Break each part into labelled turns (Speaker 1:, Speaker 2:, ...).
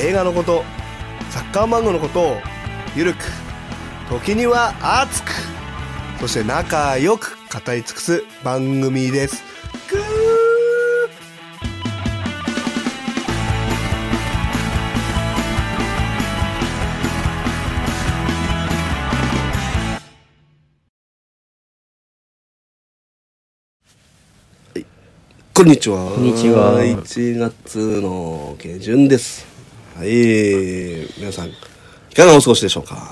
Speaker 1: 映画のことサッカー漫画のことをゆるく時には熱くそして仲良く語り尽くす番組ですぐーはいこんにちは。
Speaker 2: こんにちは
Speaker 1: 1月の下旬です。はい。皆さん、いかがお過ごしでしょうか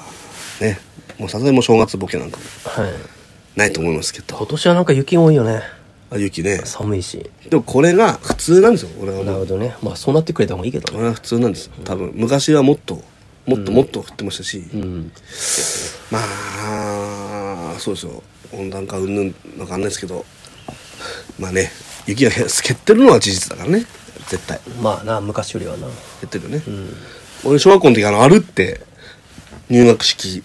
Speaker 1: ね。もうさすがにもう正月ボケなんかも
Speaker 2: はい。
Speaker 1: ないと思いますけど
Speaker 2: 今。年はなんか雪多いよね。
Speaker 1: あ、雪ね。
Speaker 2: 寒いし。
Speaker 1: でもこれが普通なんですよ。俺は
Speaker 2: なる
Speaker 1: もう。
Speaker 2: ほどね。まあそうなってくれた方がいいけど
Speaker 1: こ
Speaker 2: ね。
Speaker 1: れは普通なんですよ。多分、昔はもっと、もっともっと降ってましたし。
Speaker 2: うん。
Speaker 1: まあ、そうですよ。温暖化うんぬんわかんないですけど。まあね、雪が減ってるのは事実だからね。絶対。
Speaker 2: まあな、昔よりはな。
Speaker 1: やってるよね、俺小学校の時あの歩って入学式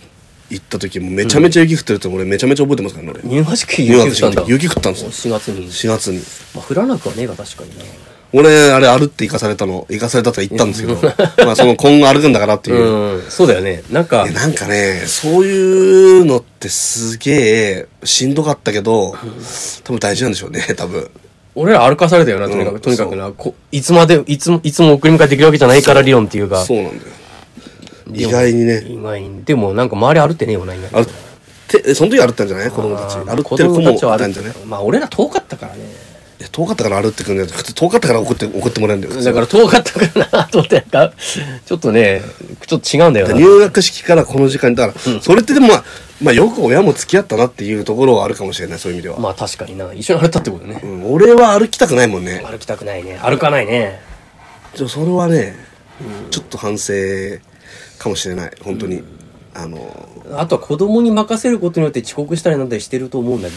Speaker 1: 行った時もめちゃめちゃ雪降ってるって俺めちゃめちゃ覚えてますからね俺、
Speaker 2: 入学式
Speaker 1: 入
Speaker 2: 雪降
Speaker 1: 学
Speaker 2: っ
Speaker 1: 式
Speaker 2: た
Speaker 1: の
Speaker 2: んだ。
Speaker 1: 時雪降ったんですよ
Speaker 2: 4月に。
Speaker 1: 4月に
Speaker 2: まあ降らなくはねえが確かにな。
Speaker 1: 俺あれ歩って行かされたの行かされたとか言ったんですけどまあその今後歩くんだからっていう、
Speaker 2: うん。そうだよね。なんか
Speaker 1: え、なんかねそういうのってすげえしんどかったけど多分大事なんでしょうね多分
Speaker 2: 俺ら歩かされたよな、とにか
Speaker 1: うん
Speaker 2: く。とにかくな。こいつまで、いつも、いつも送り迎えできるわけじゃないから理論っていうか。
Speaker 1: そうなんだよ意外にね
Speaker 2: 意外に。でもなんか周り歩ってねえよな、意外
Speaker 1: 歩ってその時歩ったんじゃない子供たち
Speaker 2: あー
Speaker 1: 歩ってる子もいた
Speaker 2: 子供た
Speaker 1: ん
Speaker 2: ち
Speaker 1: じゃ
Speaker 2: は
Speaker 1: ない
Speaker 2: 歩いまあ俺ら遠かったからね。
Speaker 1: いや遠かったから歩ってくんだよ普通遠かったから送って送ってもらえるんだよ普通
Speaker 2: だから遠かったかなと思って、 なんか、ちょっとね、ちょっと違うんだよな。
Speaker 1: 入学式からこの時間にだから、それってでもまあ、まあ、よく親も付き合ったなっていうところはあるかもしれないそういう意味では、
Speaker 2: まあ確かにな。一緒に歩いたってことね
Speaker 1: う。ん、俺は歩きたくないもんね
Speaker 2: 歩きたくないね。歩かないね。
Speaker 1: ちょそれはね、ちょっと反省かもしれない本当に、あの
Speaker 2: あとは子供に任せることによって遅刻したりなんだりしてると思うんだ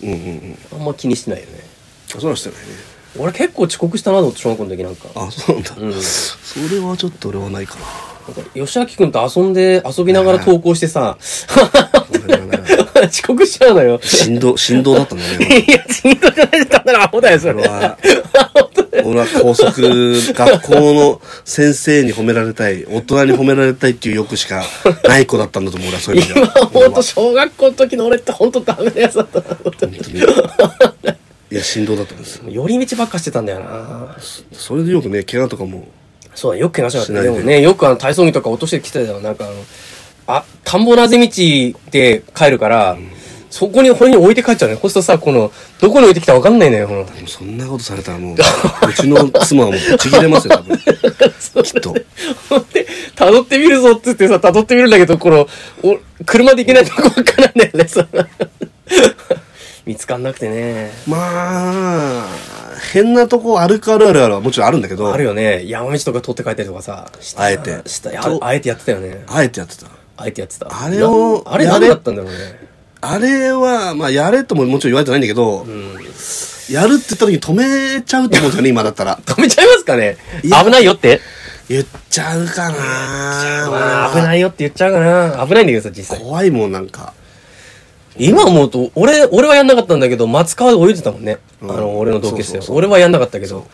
Speaker 2: け
Speaker 1: うんうんうん
Speaker 2: ど、あんま気にしてないよね。
Speaker 1: そうはしてないね
Speaker 2: 俺結構遅刻したなと思って小学校の時なんか。
Speaker 1: あそうなんだ、
Speaker 2: うん
Speaker 1: それはちょっと俺はないかな
Speaker 2: なんか吉明君と遊んで、遊びながら投稿してさ、
Speaker 1: 俺はね
Speaker 2: 遅刻しちゃうのよ。
Speaker 1: 振 動振動だったんだね
Speaker 2: いや、しんどくないだったらアホだよ、そ
Speaker 1: 俺
Speaker 2: れ。
Speaker 1: は俺は高速学校の先生に褒められたい大人に褒められたいっていう欲しかない子だったんだと思う俺はそういう意味で
Speaker 2: 今
Speaker 1: は
Speaker 2: ほんと小学校の時の俺ってほんとダメなやつだったな、本当に
Speaker 1: いや振動だったんです
Speaker 2: 寄り道ばっかしてたんだよな。
Speaker 1: それでよくね怪我とかも
Speaker 2: そうだ、よく怪我しなかった。
Speaker 1: しな
Speaker 2: で
Speaker 1: いで
Speaker 2: もね、よくあの体操着とか落としてきてたよ。なんかあの、あ、田んぼなぜ道で帰るから、そこに、これに置いて帰っちゃうね。そうするとさ、この、どこに置いてきたかわかんないのよ、この。
Speaker 1: もうそんなことされたらもう うちの妻はもうぶち切れますよ多分 きっと
Speaker 2: ほんで、辿ってみるぞっつってさ、辿ってみるんだけど、この、お車で行けないとこばっかなんだよね、さ。見つかんなくてね。
Speaker 1: まあ変なとこ歩くあるあるあるはもちろんあるんだけど
Speaker 2: あるよね。山道とか通って帰ったりとかさ。した
Speaker 1: あえて
Speaker 2: した
Speaker 1: と
Speaker 2: ああえてやってたよね。
Speaker 1: あえてやってた
Speaker 2: あえてやってた。
Speaker 1: あれを
Speaker 2: なあれ
Speaker 1: や
Speaker 2: 何
Speaker 1: れ
Speaker 2: だったんだろうね。
Speaker 1: あれはまあやれとももちろん言われてないんだけど、やるって言った時に止めちゃうと思うんですよね今だったら
Speaker 2: 止めちゃいますかね
Speaker 1: いや
Speaker 2: 危ないよって
Speaker 1: 言っちゃうかな
Speaker 2: まあ危ないよって言っちゃうかな危ないんだけどさ実際
Speaker 1: 怖いもんなんか
Speaker 2: 今思うと俺俺はやんなかったんだけど松川で泳いでたもんね、
Speaker 1: うん
Speaker 2: あの俺の同級生
Speaker 1: そうそうそう
Speaker 2: 俺はやんなかったけど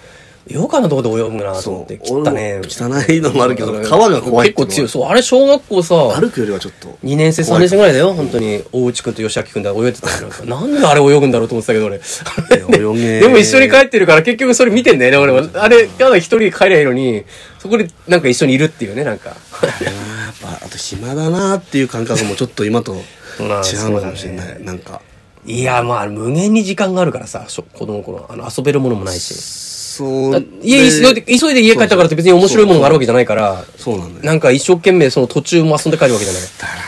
Speaker 2: ようかなとこで泳ぐなと思
Speaker 1: そ
Speaker 2: っ
Speaker 1: う
Speaker 2: て切ったね
Speaker 1: 汚いのもあるけど川が怖いっ
Speaker 2: 結
Speaker 1: ていうのは
Speaker 2: 構強いそうあれ小学校さ
Speaker 1: 歩くよりはちょっと
Speaker 2: 2年生3年生ぐらいだよ本当に大内くんと吉明くんで泳いでたのなんかなんであれ泳ぐんだろうと思ってた けど俺
Speaker 1: 泳げ
Speaker 2: でも一緒に帰ってるから結局それ見てんだよね俺はあれただ一人で帰りゃいいのにそこでなんか一緒にいるっていうねなんか
Speaker 1: いやーやっぱあと暇だなーっていう感覚もちょっと今と違う
Speaker 2: まあ
Speaker 1: のかもしれない、なんか
Speaker 2: いや、まあ、無限に時間があるからさ、しょ子供の頃、あの、遊べるものもないし。
Speaker 1: そ
Speaker 2: だ
Speaker 1: う
Speaker 2: 家急いで、急いで家帰ったからって別に面白いものがあるわけじゃないから、
Speaker 1: そうなんだよ
Speaker 2: なんか一生懸命その途中も遊んで帰るわけじゃない。
Speaker 1: だからね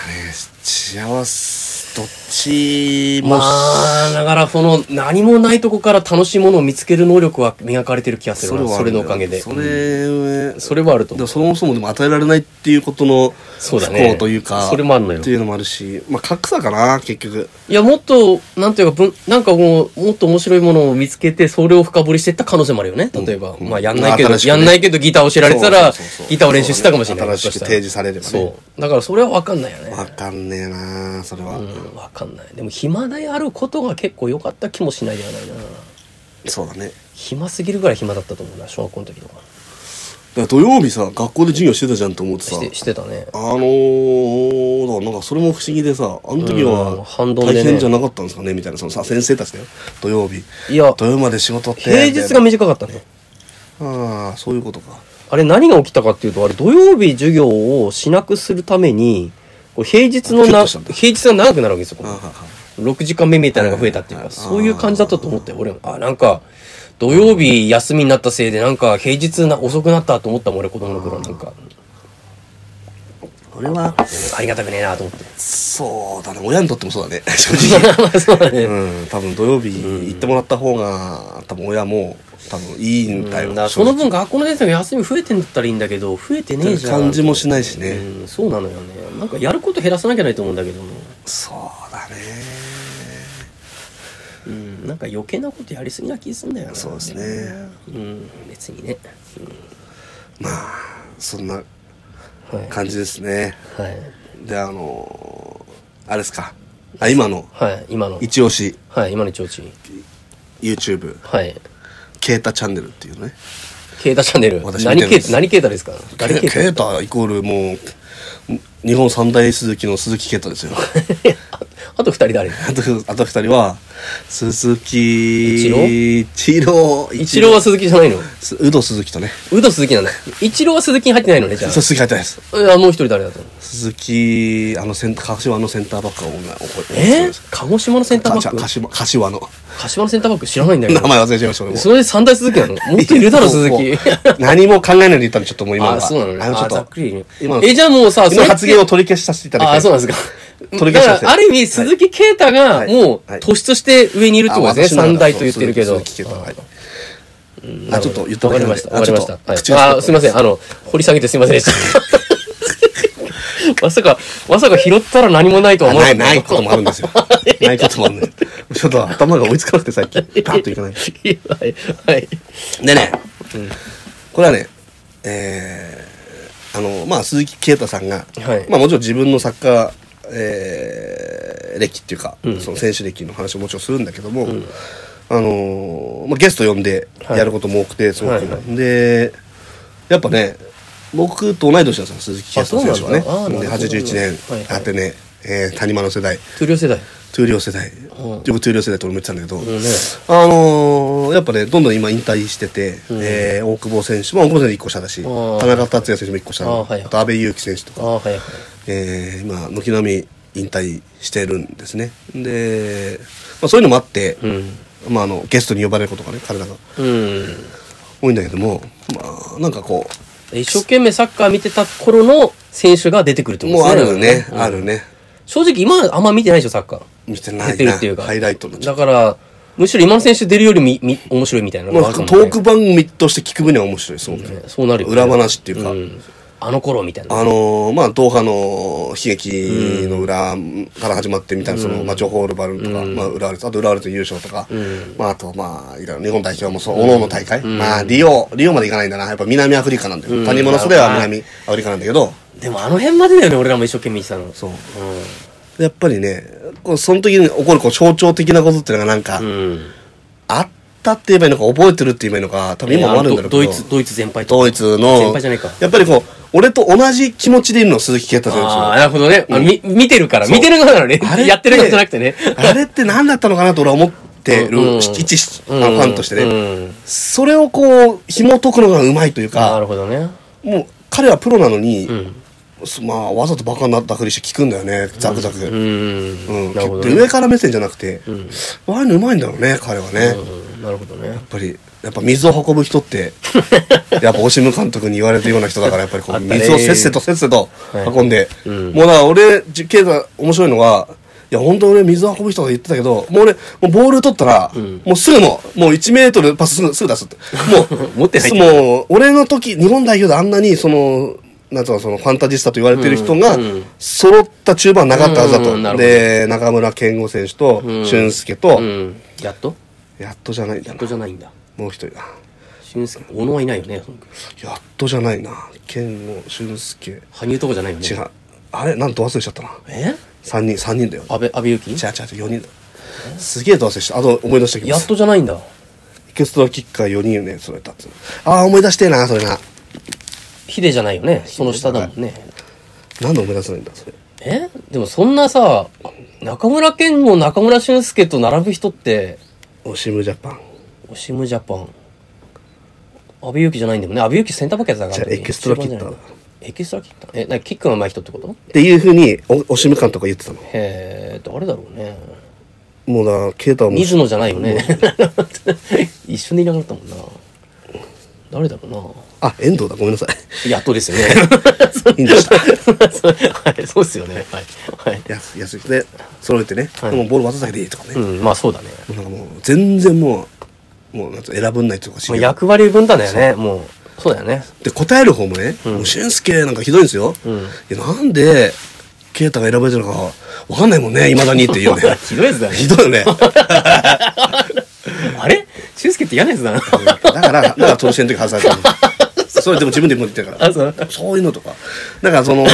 Speaker 1: 幸せどっしも
Speaker 2: まあ、だからその何もないとこから楽しいものを見つける能力は磨かれてる気がするな。そ
Speaker 1: はあ
Speaker 2: れ
Speaker 1: るんだ
Speaker 2: の
Speaker 1: よ
Speaker 2: おかげで。
Speaker 1: それ、
Speaker 2: それはあると
Speaker 1: でも
Speaker 2: 思う。
Speaker 1: そもそもでも与えられないっていうことの
Speaker 2: そう
Speaker 1: 不
Speaker 2: だね
Speaker 1: 幸というか、
Speaker 2: それもあるのよ
Speaker 1: っていうのもあるし、まあ格差かな、結局。
Speaker 2: いや、もっと、なんていうか、ぶんなんかもう、もっと面白いものを見つけて、それを深掘りしていった可能性もあるよね。例えば、
Speaker 1: うん
Speaker 2: まあ、やんないけど、
Speaker 1: 新しくね
Speaker 2: やんないけどギターを知られてたら
Speaker 1: そうそうそうそう、
Speaker 2: ギターを練習してたかもしれない。
Speaker 1: 新しく
Speaker 2: ひょっとたら
Speaker 1: 提示されればね
Speaker 2: そう。だから、それはわかんないよね。
Speaker 1: わかんねえなそれは、
Speaker 2: うん、わかんない。でも、暇であることが結構良かった気もしないではないな。
Speaker 1: そうだね。だか
Speaker 2: 暇すぎるぐらい暇だったと思うな、小学校の時とか。
Speaker 1: ら土曜日さ、学校で授業してたじゃんと思ってさ
Speaker 2: し。て、してたね。
Speaker 1: あのー、だからなんかそれも不思議でさ、あの時
Speaker 2: うん
Speaker 1: は
Speaker 2: 反動で
Speaker 1: 大
Speaker 2: ね
Speaker 1: 変じゃなかったんですかねみたいな、そのさ、先生たちだよ。土曜日。
Speaker 2: いや、
Speaker 1: 土曜まで仕事って。
Speaker 2: 平日が短かったね。
Speaker 1: ああ、そういうことか。
Speaker 2: あれ何が起きたかっていうと、あれ土曜日授業をしなくするために、こう平日の
Speaker 1: キュッ
Speaker 2: な、
Speaker 1: としたんだ
Speaker 2: 平日が長くなるわけですよ。こ
Speaker 1: あ
Speaker 2: れ
Speaker 1: はは
Speaker 2: 6時間目みたいなのが増えたっていう
Speaker 1: は
Speaker 2: か、
Speaker 1: いはい
Speaker 2: そういう感じだったと思ったよ、俺も。あ、なんか、土曜日休みになったせいで、なんか平日な遅くなったと思ったもん、俺子供の頃なんか。
Speaker 1: これは、
Speaker 2: ありがたくねえなと思って。
Speaker 1: そうだね。親にとってもそうだね。 正直。
Speaker 2: ま あそうだね。
Speaker 1: うん、多分土曜日行ってもらった方が、多分親も多分いいんだよ、
Speaker 2: だから
Speaker 1: 正
Speaker 2: その
Speaker 1: 直
Speaker 2: 分学校の先生が休み増えてんだったらいいんだけど、増えてねえじゃん。
Speaker 1: 感じもしないしね
Speaker 2: うん、そうなのよね。なんかやること減らさなきゃないと思うんだけども。
Speaker 1: そうだね
Speaker 2: うん、なんか余計なことやりすぎな気すんだよな
Speaker 1: そうですね
Speaker 2: うん別にね、
Speaker 1: まあそんな
Speaker 2: うん、はい
Speaker 1: 感じですね
Speaker 2: はい、
Speaker 1: であのーあれですかあ今の
Speaker 2: はい、今の
Speaker 1: 一押し
Speaker 2: はい今の提灯
Speaker 1: YouTube
Speaker 2: はい
Speaker 1: ケータチャンネルっていうね
Speaker 2: ケータチャンネル
Speaker 1: 私見てる
Speaker 2: 何
Speaker 1: ん
Speaker 2: ケ
Speaker 1: で
Speaker 2: ー
Speaker 1: す
Speaker 2: タ何ケータですか誰
Speaker 1: ケ
Speaker 2: ケ
Speaker 1: ー
Speaker 2: ー
Speaker 1: タイコールもう日本三大鈴木の鈴木ケータですよ
Speaker 2: タあ あと二人誰
Speaker 1: あとあと二人は鈴木
Speaker 2: 一郎
Speaker 1: 一郎
Speaker 2: 一郎は鈴木じゃないの
Speaker 1: すウド鈴木とね
Speaker 2: ウド鈴木なんだ一郎は鈴木に入ってないのねじゃ
Speaker 1: そう鈴木入ってないです
Speaker 2: あいやもう一人誰だと思う
Speaker 1: 鈴木、あのセンター、柏のセンターバックを覚え
Speaker 2: えー、鹿児島のセンターバッ
Speaker 1: か
Speaker 2: ク
Speaker 1: 柏柏の。
Speaker 2: 柏のセンターバック知らないんだけ
Speaker 1: 名
Speaker 2: ど
Speaker 1: 前忘れちゃいました、俺も。
Speaker 2: それで三大鈴木なのもっ といるだろ鈴
Speaker 1: もう
Speaker 2: 木
Speaker 1: もう何も考えないで言ったんで、ちょっともう今のは。
Speaker 2: あそうなのね
Speaker 1: あのちょっと
Speaker 2: あざっくり
Speaker 1: 今の
Speaker 2: えじゃあもうさそ
Speaker 1: 今の
Speaker 2: れって
Speaker 1: 発言を取り消しさせていただいて。
Speaker 2: ああ、そうなんですか。
Speaker 1: 取り消しま
Speaker 2: だ
Speaker 1: し
Speaker 2: か
Speaker 1: た
Speaker 2: ら、ある意味、鈴木啓太が、
Speaker 1: はい
Speaker 2: もう
Speaker 1: はい、
Speaker 2: 突出して上にいるってことですね。
Speaker 1: あ私の中
Speaker 2: 三
Speaker 1: では
Speaker 2: 大と言ってるけど。
Speaker 1: そう鈴木啓太はい
Speaker 2: うん
Speaker 1: あちょっと言った
Speaker 2: わ
Speaker 1: だけな
Speaker 2: かり
Speaker 1: ん
Speaker 2: ま
Speaker 1: で
Speaker 2: した。わかりました。
Speaker 1: あちょっと口を
Speaker 2: はい。あ、すいません。あの、掘り下げてすいませんで した。まさか、まさか拾ったら何もないとは
Speaker 1: あ
Speaker 2: 思わ
Speaker 1: な、
Speaker 2: ないかっ
Speaker 1: ないこと
Speaker 2: た。
Speaker 1: もあるんですよ。ないこともあるんで。ちょっと頭が追いつかなくて最近、パッといかない。
Speaker 2: はい。 はい。
Speaker 1: でね、これはね、えー、あの、まあ、鈴木啓太さんが、
Speaker 2: はい
Speaker 1: まあ、もちろん自分のサッカー、えー、歴っていうか、
Speaker 2: うん
Speaker 1: その選手歴の話ももちろんするんだけども、あのーまあ、ゲスト呼んで
Speaker 2: はい
Speaker 1: やることも多くて、すごく、
Speaker 2: はいはい
Speaker 1: で、やっぱね、僕と同い年なんですよ、鈴木啓太選手は
Speaker 2: あそうな
Speaker 1: ね。
Speaker 2: んだあー
Speaker 1: で
Speaker 2: なるほど
Speaker 1: 81年、
Speaker 2: はいはい
Speaker 1: あってね、えー、谷間の世代、
Speaker 2: トゥリオ世代。
Speaker 1: トゥーリオ世代、
Speaker 2: うん
Speaker 1: よくトゥーリオ世代と俺も言ってたんだけど、
Speaker 2: んね
Speaker 1: あのーやっぱね、どんどん今引退してて、えー大久保選手、まあ大久保選手1個下だし、
Speaker 2: ー
Speaker 1: 田中達也選手も1個下、
Speaker 2: あーはいはい
Speaker 1: あと阿部勇樹選手と
Speaker 2: あ
Speaker 1: か、
Speaker 2: あ、はいはい。
Speaker 1: えー今、軒並み引退してるんですね。で、まあ、そういうのもあって、
Speaker 2: うん。
Speaker 1: まあ、あのゲストに呼ばれることがね、彼らが
Speaker 2: うん。
Speaker 1: 多いんだけども、まあ、なんかこ
Speaker 2: 一生懸命サッカー見てた頃の選手が出てくるって
Speaker 1: う、
Speaker 2: こと
Speaker 1: もう
Speaker 2: です
Speaker 1: あ
Speaker 2: ね。
Speaker 1: るね、
Speaker 2: うん
Speaker 1: あるね。
Speaker 2: 正直今あんま見てないでしょ、サッカー。
Speaker 1: 見てないな
Speaker 2: 出てるっていうか。
Speaker 1: ハイライトのちょっ
Speaker 2: だから、むしろ今の選手出るよりみ、み、面白いみたいな
Speaker 1: と
Speaker 2: の
Speaker 1: ま
Speaker 2: があ
Speaker 1: あ
Speaker 2: る
Speaker 1: ト
Speaker 2: かも
Speaker 1: ーク番組として聞く分には面白い、すごく。
Speaker 2: ねそうなるよね
Speaker 1: 裏話っていうか、
Speaker 2: うん。あの頃みたいな。
Speaker 1: あのーまあ、ドーハの悲劇の裏から始まってみたいな、その、まあ、情報ルバルンとか、まあ、浦和レッズあと浦和レッズ優勝とか、まあ、あと、まあ、いろいろ日本代表もそう、各々大会、まあ、リオ、リオまで行かないんだな。やっぱ南アフリカなんだよ。谷間の袖は南アフリカなんだけど、
Speaker 2: でもあの辺までだよね、俺らも一生懸命見てたの。
Speaker 1: そう
Speaker 2: う。
Speaker 1: やっぱりね、こうその時に起こるこう象徴的なことっていうのがなんか、
Speaker 2: ん。うん。
Speaker 1: あったって言えばいいのか、覚えてるって言えばいいのか、多分今もあるんだろうけど。
Speaker 2: ドイツ、ドイツ全敗と。
Speaker 1: ドイツの、
Speaker 2: 先輩じゃないか
Speaker 1: やっぱりこう、俺と同じ気持ちでいるの、鈴木啓太選手
Speaker 2: あ
Speaker 1: は
Speaker 2: あ、なるほどね。あみ、見てるから。見てるからね
Speaker 1: あれ。て
Speaker 2: やってるんじゃなくてね。
Speaker 1: あれって何だったのかなと俺は思ってる、
Speaker 2: うん
Speaker 1: 一しあ
Speaker 2: うん
Speaker 1: のファンとしてね、
Speaker 2: うん
Speaker 1: それをこう、紐解くのがうまいという
Speaker 2: な
Speaker 1: か、
Speaker 2: るほどね。
Speaker 1: もう彼はプロなのに、
Speaker 2: うん。
Speaker 1: そまあ、わざとバカになったふりして聞くんだよね、ザクザク。う
Speaker 2: うんん。なるほど
Speaker 1: で
Speaker 2: ね。
Speaker 1: 上から目線じゃなくて、ああいうのうまいんだろうね、彼はね。やっ
Speaker 2: うんなるほどね。
Speaker 1: ぱり、やっぱ水を運ぶ人 って、やっぱオシム監督に言われてるような人だから、やっぱりこ
Speaker 2: あ
Speaker 1: う、
Speaker 2: ったね
Speaker 1: 水をせっせとせっせと運んで、
Speaker 2: うん
Speaker 1: もうだから俺、ケイタ面白いのは、や、本当俺水運ぶ人が言ってたけど、もう俺、もうボール取ったら、もうすぐもう、もう1メートルパスすぐ、すぐ出すって。もう
Speaker 2: 、持ってないけど
Speaker 1: もう、俺の時、日本代表であんなに、その、なんつうの、その、ファンタジスタと言われてる人が
Speaker 2: うんうん、
Speaker 1: 揃った中盤はなかったはずだ
Speaker 2: うんうんなる
Speaker 1: と。
Speaker 2: ほど
Speaker 1: で、中村健吾選手と、
Speaker 2: ん
Speaker 1: 俊介と
Speaker 2: う、ん。やっと
Speaker 1: やっとじゃないんだ
Speaker 2: やっ
Speaker 1: な
Speaker 2: と。じゃないんだ。
Speaker 1: もう一人だ。
Speaker 2: 俊介、小野はいないよね。
Speaker 1: やっとじゃないな。健吾、俊介。
Speaker 2: 羽生とかじゃないよね。
Speaker 1: 違う。あれなんと忘れしちゃったな。
Speaker 2: え
Speaker 1: 3人、三人だよ。
Speaker 2: 安倍、安倍ゆき
Speaker 1: 違う違う違う、4人だ。すげえと忘れした。あと思い出してきま
Speaker 2: やっ
Speaker 1: す。
Speaker 2: とじゃないんだ。
Speaker 1: エキストラキッカー4人ね、それたつ。ああ、思い出してえな、それな。
Speaker 2: ヒデじゃないよね。その下だもんね。
Speaker 1: なんで思い出せないんだ、それ。
Speaker 2: えでもそんなさ、中村健吾、中村俊介と並ぶ人って、
Speaker 1: オシムジャパン。
Speaker 2: オシムジャパン。安倍ゆきじゃないんだもんね。安倍ゆきセンターバックやってたから。
Speaker 1: じゃあエキストラキッカーだ
Speaker 2: エキストラキッターえ、なキックが上手い人ってこと
Speaker 1: っていうふうに、おオシム監督が言ってたの。
Speaker 2: へえ、誰だろうね。
Speaker 1: もうだから、ケータはもう
Speaker 2: 水野じゃないよね。 一緒にいなくなったもんな。誰だろうな。
Speaker 1: あ、遠藤だ、ごめんなさい。
Speaker 2: やっとですよ ね。
Speaker 1: いいんで した。
Speaker 2: はい、そうですよね。はい。はい。
Speaker 1: やす安いで、揃えてね。
Speaker 2: はい
Speaker 1: でもボール渡すだけでいいとかね。
Speaker 2: う
Speaker 1: も
Speaker 2: ん、まあそうだね。
Speaker 1: うなんかもう、全然もう、もう、なんつうの選ぶんないとかし
Speaker 2: まあ、役割分担だよね。もう、そうだよね。
Speaker 1: で答える方もね、もう俊介なんかひどいんですよ、
Speaker 2: ん
Speaker 1: いやなんで啓太が選ばれてるのかわかんないもんねいまだにっていうね
Speaker 2: ひどいやつだね
Speaker 1: ひどいよね
Speaker 2: あれ俊介って嫌なやつだな。
Speaker 1: だからだから投資の時外されてるそれでも自分でも言ってる から
Speaker 2: あ、そう。
Speaker 1: そういうのとかだから その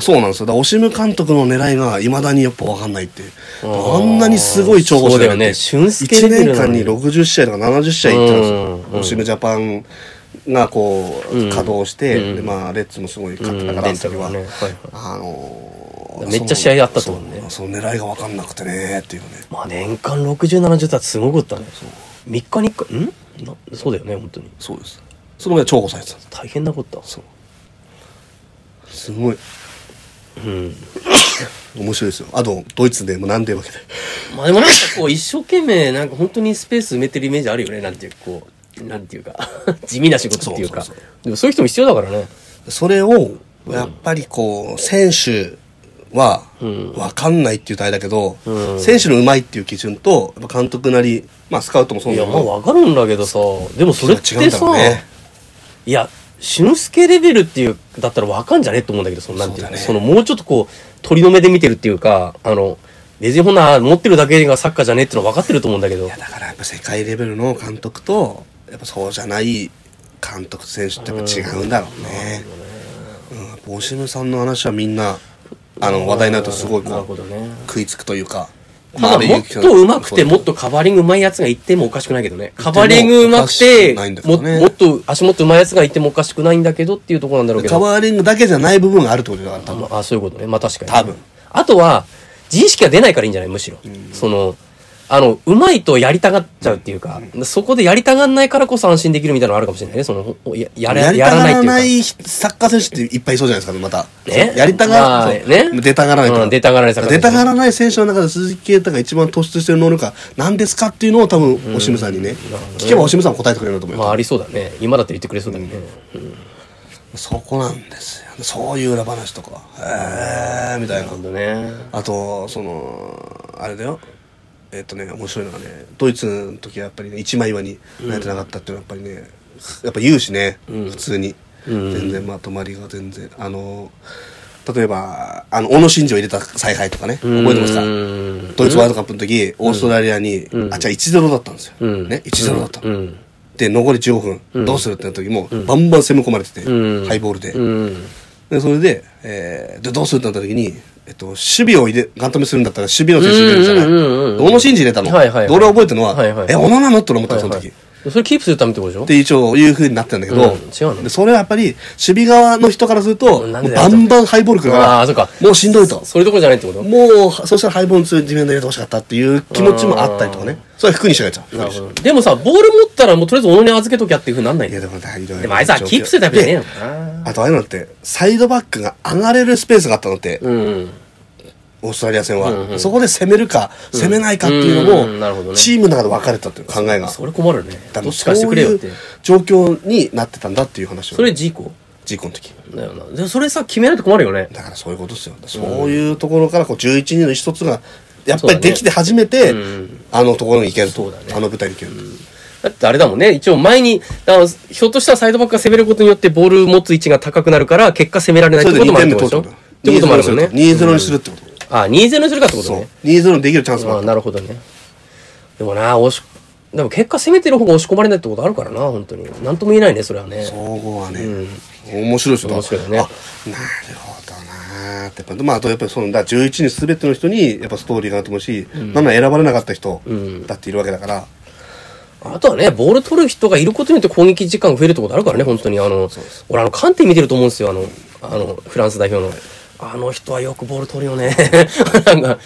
Speaker 1: そうなんですよだからオシム監督の狙いがいまだにやっぱわかんないっていう
Speaker 2: ー
Speaker 1: あんなにすごい調合してるってい
Speaker 2: そうだよね俊介レ
Speaker 1: 1
Speaker 2: ベル
Speaker 1: 年
Speaker 2: なの
Speaker 1: 間
Speaker 2: に
Speaker 1: に60試合とか70試合いってるんですよ
Speaker 2: うん
Speaker 1: オシムジャパンがこう
Speaker 2: うん
Speaker 1: 稼働して、
Speaker 2: うん
Speaker 1: でまあレッツもすごい勝っ
Speaker 2: う
Speaker 1: た
Speaker 2: ん
Speaker 1: から、あの時は、
Speaker 2: レッツはね
Speaker 1: あのー
Speaker 2: めっちゃ試合あったと思うね
Speaker 1: そのその狙いがわかんなくてねっていうね
Speaker 2: まあ年間60、70だってすごかったね。3日に1回、んなそうだよね、本当に。
Speaker 1: そうですその上で重宝されてたんです
Speaker 2: 大変なことだ。
Speaker 1: そうすごい
Speaker 2: うん。
Speaker 1: 面白いですよあとドイツでも何でわけで
Speaker 2: まあでもなんかこう、一生懸命、なんか本当にスペース埋めてるイメージあるよね、なんていう、こう、なんていうか、 地味な仕事っていうか。
Speaker 1: そうそうそ
Speaker 2: でもそういう人も必要だからね。
Speaker 1: それを、やっぱりこう、選手は、
Speaker 2: ん
Speaker 1: わかんないっていうとあれだけど、
Speaker 2: うん
Speaker 1: 選手のうまいっていう基準と、やっぱ監督なり、まあスカウトもそう
Speaker 2: い
Speaker 1: だ
Speaker 2: や、
Speaker 1: け
Speaker 2: まあ
Speaker 1: ど、
Speaker 2: わかるんだけどさ、でもそれっ
Speaker 1: 違うん
Speaker 2: て
Speaker 1: だ
Speaker 2: さ
Speaker 1: ろう、ね
Speaker 2: いや、俊介レベルっていう、だったらわかんじゃねって思うんだけど、そのなんてい
Speaker 1: そ
Speaker 2: う
Speaker 1: う
Speaker 2: の、
Speaker 1: だね
Speaker 2: そのもうちょっとこう、鳥の目で見てるっていうか、あの、レジほな、持ってるだけがサッカーじゃねってのは分かってると思うんだけど
Speaker 1: いや、だからやっぱ世界レベルの監督と、やっぱそうじゃない監督と選手ってやっぱ違うんだろうね。うん、やっぱオシムさんの話はみんな、あの、話題になるとすごい
Speaker 2: なるほ
Speaker 1: こ
Speaker 2: どね。
Speaker 1: う、食いつくというか、
Speaker 2: ただ、もっと上手くて、もっとカバーリング上手いやつがいてもおかしくないけどね。カバーリング
Speaker 1: お
Speaker 2: 上手くて、
Speaker 1: かしくないんだけ
Speaker 2: も
Speaker 1: どね
Speaker 2: もっと足元上手いやつがいてもおかしくないんだけどっていうところなんだろうけど。
Speaker 1: カバーリングだけじゃない部分があるってことだから、多分。
Speaker 2: あ、そういうことね。まあ確かに。
Speaker 1: 多分。
Speaker 2: あとは、自意識が出ないからいいんじゃないむしろ。その、あの、うまいとやりたがっちゃうっていうか、そこでやりたがんないからこそ安心できるみたいなのあるかもしれないね。その、ほややれ
Speaker 1: やりた
Speaker 2: やらないっ
Speaker 1: がら
Speaker 2: ていうか
Speaker 1: な。いサッカー選手っていっぱいいそうじゃないですか、また。
Speaker 2: ね
Speaker 1: やりた
Speaker 2: ま
Speaker 1: が
Speaker 2: あ
Speaker 1: ら、そう
Speaker 2: ね
Speaker 1: 出たがらないとか
Speaker 2: うん出たがらないサッカー
Speaker 1: 出
Speaker 2: 選手
Speaker 1: たがらない選手の中で鈴木啓太が一番突出してる能力は何ですかっていうのを多分、おしむさんにね、聞けばおしむさんも答えてくれると思う
Speaker 2: まあ
Speaker 1: よ。
Speaker 2: ありそうだね。今だって言ってくれそうだよね。
Speaker 1: そこなんですよ。そういう裏話とか。へーみたいな
Speaker 2: なる。ほどね。
Speaker 1: あと、その、あれだよ。えっとね、面白いのがね、ドイツの時はやっぱりね、一枚岩になれてなかったっていうのはやっぱりね、やっぱ言うしね、普通に。
Speaker 2: うん
Speaker 1: 全然まとまりが全然。あの、例えば、あの、小野伸二を入れた采配とかね、覚えてますか
Speaker 2: うん
Speaker 1: ドイツワールドカップの時、オーストラリアに、あ、じゃあ1-0だったんですよ。
Speaker 2: うん
Speaker 1: ね、1-0だった。
Speaker 2: うん。
Speaker 1: で、残り15分、どうするってなった時も、バンバン攻め込まれてて、
Speaker 2: うん
Speaker 1: ハイボールで。
Speaker 2: うん。
Speaker 1: で、それで、えー、で、どうするってなった時に、えっと、守備を入れ、ガン止めするんだったら守備の選手入れるじゃない。
Speaker 2: うんうんうんうん
Speaker 1: で小野伸二入れたの。
Speaker 2: はいはいはい
Speaker 1: で俺は覚えてるのは、
Speaker 2: はいはい
Speaker 1: え、小野なのって俺思ったのその
Speaker 2: はいは
Speaker 1: 時。
Speaker 2: いそれキープするためってことでしょ
Speaker 1: で、一応、いう風になってたんだけど、
Speaker 2: うん違うね
Speaker 1: で、それはやっぱり、守備側の人からすると、
Speaker 2: う
Speaker 1: も
Speaker 2: んなんで
Speaker 1: う
Speaker 2: だよ
Speaker 1: バンバンハイボールくるから、
Speaker 2: あーそっか
Speaker 1: もうしんどいと。
Speaker 2: それどころじゃないってこと
Speaker 1: もう、そしたらハイボール強いディフェンダー入れてほしかったっていう気持ちもあったりとかね。それは服にしなきゃ。服にしなきゃ
Speaker 2: でもさ、ボール持ったらもうとりあえず小野に預けときゃっていうふうになんない
Speaker 1: い
Speaker 2: ね
Speaker 1: や、でもね、いろいろ
Speaker 2: でもあいつはキープするためじゃねえのかな。
Speaker 1: あとああいうのって、サイドバックが上がれるスペースがあったのって、
Speaker 2: うん。
Speaker 1: オーストラリア戦は、
Speaker 2: うんうん
Speaker 1: そこで攻めるか攻めないかっていう
Speaker 2: うんうんなる
Speaker 1: の
Speaker 2: ほど
Speaker 1: も、
Speaker 2: ね
Speaker 1: チームの中で分かれたという考えが
Speaker 2: それ困るね。
Speaker 1: 多
Speaker 2: ど
Speaker 1: 分
Speaker 2: っち
Speaker 1: そ
Speaker 2: か
Speaker 1: う
Speaker 2: してくれ
Speaker 1: い
Speaker 2: よっ
Speaker 1: う
Speaker 2: て。
Speaker 1: 状況になってたんだっていう話を
Speaker 2: それジーコ
Speaker 1: 事故の時。
Speaker 2: だよな。でそれさ、決めないと困るよね。
Speaker 1: だからそういうことですよ。そういうところからこう11人の一つが、やっぱ
Speaker 2: そうだ
Speaker 1: り
Speaker 2: ね
Speaker 1: できて初めて、
Speaker 2: うん
Speaker 1: あのところに行ける
Speaker 2: そ
Speaker 1: と。
Speaker 2: うだね
Speaker 1: あの舞台に行けると。
Speaker 2: だってあれだもんね。一応前に、だからひょっとしたらサイドバックが攻めることによってボール持つ位置が高くなるから、結果攻められないっ
Speaker 1: そ
Speaker 2: て
Speaker 1: れで
Speaker 2: こと
Speaker 1: 2
Speaker 2: もある
Speaker 1: 点
Speaker 2: っ
Speaker 1: 目取
Speaker 2: てこと
Speaker 1: っ
Speaker 2: で
Speaker 1: ち
Speaker 2: し
Speaker 1: ゃうんだ。
Speaker 2: ょってこともあるよね。
Speaker 1: 2-0にするってこと。
Speaker 2: あ、2-0にするかってこと
Speaker 1: そう
Speaker 2: ね。。
Speaker 1: 2-0にできるチャンスもあ
Speaker 2: あ
Speaker 1: っ
Speaker 2: あ
Speaker 1: た
Speaker 2: なるほどねでもな押しでも結果攻めてる方が押し込まれないってことあるからな本当に何とも言えないねそれはね
Speaker 1: 総合はね、面白いですよ
Speaker 2: 面白いよね
Speaker 1: あなるほどなーってやっぱまああとやっぱりそのだから11人全ての人にやっぱストーリーがあると思うし、なんなら選ばれなかった人
Speaker 2: ん
Speaker 1: だっているわけだから、
Speaker 2: あとはねボール取る人がいることによって攻撃時間が増えるってことあるからね本当にあの俺あのカンテ見てると思うんですよあのあのフランス代表のあの人はよくボール取るよね なんか